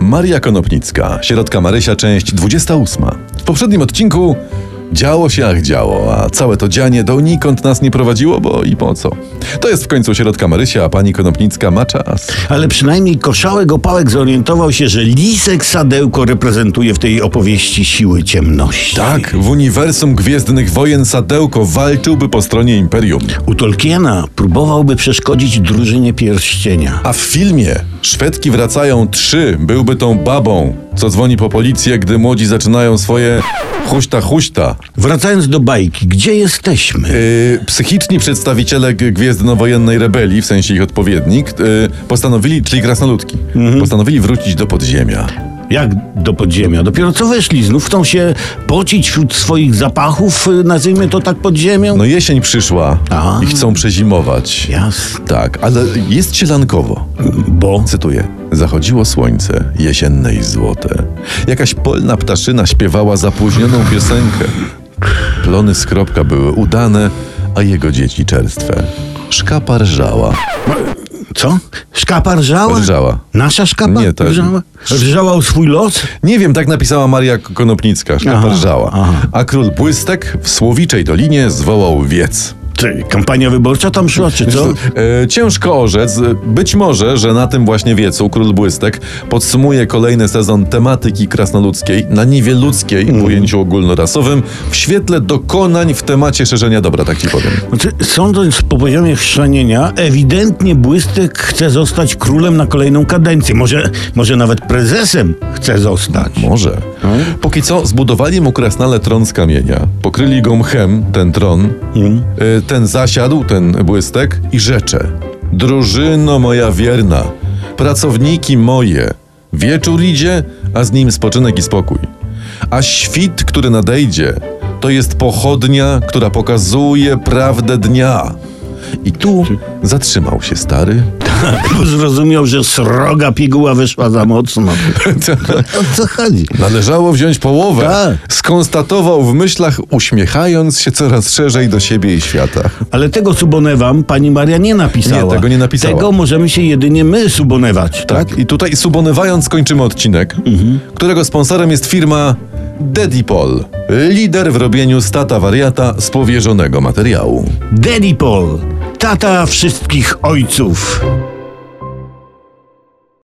Maria Konopnicka, Środka Marysia, część 28. W poprzednim odcinku działo się ach działo, a całe to dzianie donikąd nas nie prowadziło, bo i po co. To jest w końcu Środka Marysia, a pani Konopnicka ma czas. Ale przynajmniej koszałek opałek zorientował się, że lisek sadełko reprezentuje w tej opowieści siły ciemności. Tak, w uniwersum Gwiezdnych Wojen Sadełko walczyłby po stronie Imperium. U Tolkiena próbowałby przeszkodzić drużynie pierścienia. A w filmie Szwedki wracają 3 byłby tą babą, co dzwoni po policję, gdy młodzi zaczynają swoje huśta huśta. Wracając do bajki, gdzie jesteśmy? Yy, Psychiczni przedstawiciele g- gwiezdnowojennej rebelii, w sensie ich odpowiednik, yy, postanowili, czyli krasnoludki, Mhm. postanowili wrócić do podziemia. Jak do podziemia? Dopiero co weszli, znów chcą się pocić wśród swoich zapachów, y, nazwijmy to tak pod ziemią? No jesień przyszła A. i chcą przezimować. Jasne, Tak, ale jest sielankowo. bo... Cytuję. Zachodziło słońce, jesienne i złote. Jakaś polna ptaszyna śpiewała zapóźnioną piosenkę. Plony skropka były udane, a jego dzieci czerstwe. Szkapa rżała. Co? Szkapa rżała? Rżała. Nasza szkapa Nie, to- rżała? Rżała o swój los? Nie wiem, tak napisała Maria Konopnicka, szkapa Aha, rżała. aha. A król Błystek w Słowiczej Dolinie zwołał wiec. Ty, kampania wyborcza tam szła, czy co? E, ciężko orzec. Być może, że na tym właśnie wiecu król Błystek podsumuje kolejny sezon tematyki krasnoludzkiej na niwie ludzkiej Mm. w ujęciu ogólnorasowym w świetle dokonań w temacie szerzenia dobra, tak ci powiem. Znaczy, Sądząc po poziomie chrzanienia, ewidentnie Błystek chce zostać królem na kolejną kadencję. Może, może nawet prezesem chce zostać. Może. Póki co zbudowali mu krasnale tron z kamienia, pokryli go mchem, ten tron, Y, ten zasiadł, ten błystek i rzecze. Drużyno moja wierna, pracowniki moje, wieczór idzie, a z nim spoczynek i spokój. A świt, który nadejdzie, to jest pochodnia, która pokazuje prawdę dnia. I tu zatrzymał się stary. Bo zrozumiał, że sroga piguła wyszła za mocno. No, O co chodzi? Należało wziąć połowę. Tak. Skonstatował w myślach, uśmiechając się coraz szerzej do siebie i świata. Ale tego subonewam pani Maria nie napisała. Nie, tego nie napisała. Tego możemy się jedynie my subonewać. Tak? I tutaj subonywając kończymy odcinek, którego sponsorem jest firma Dedipol. Lider w robieniu stata wariata z powierzonego materiału. Dedipol, tata wszystkich ojców.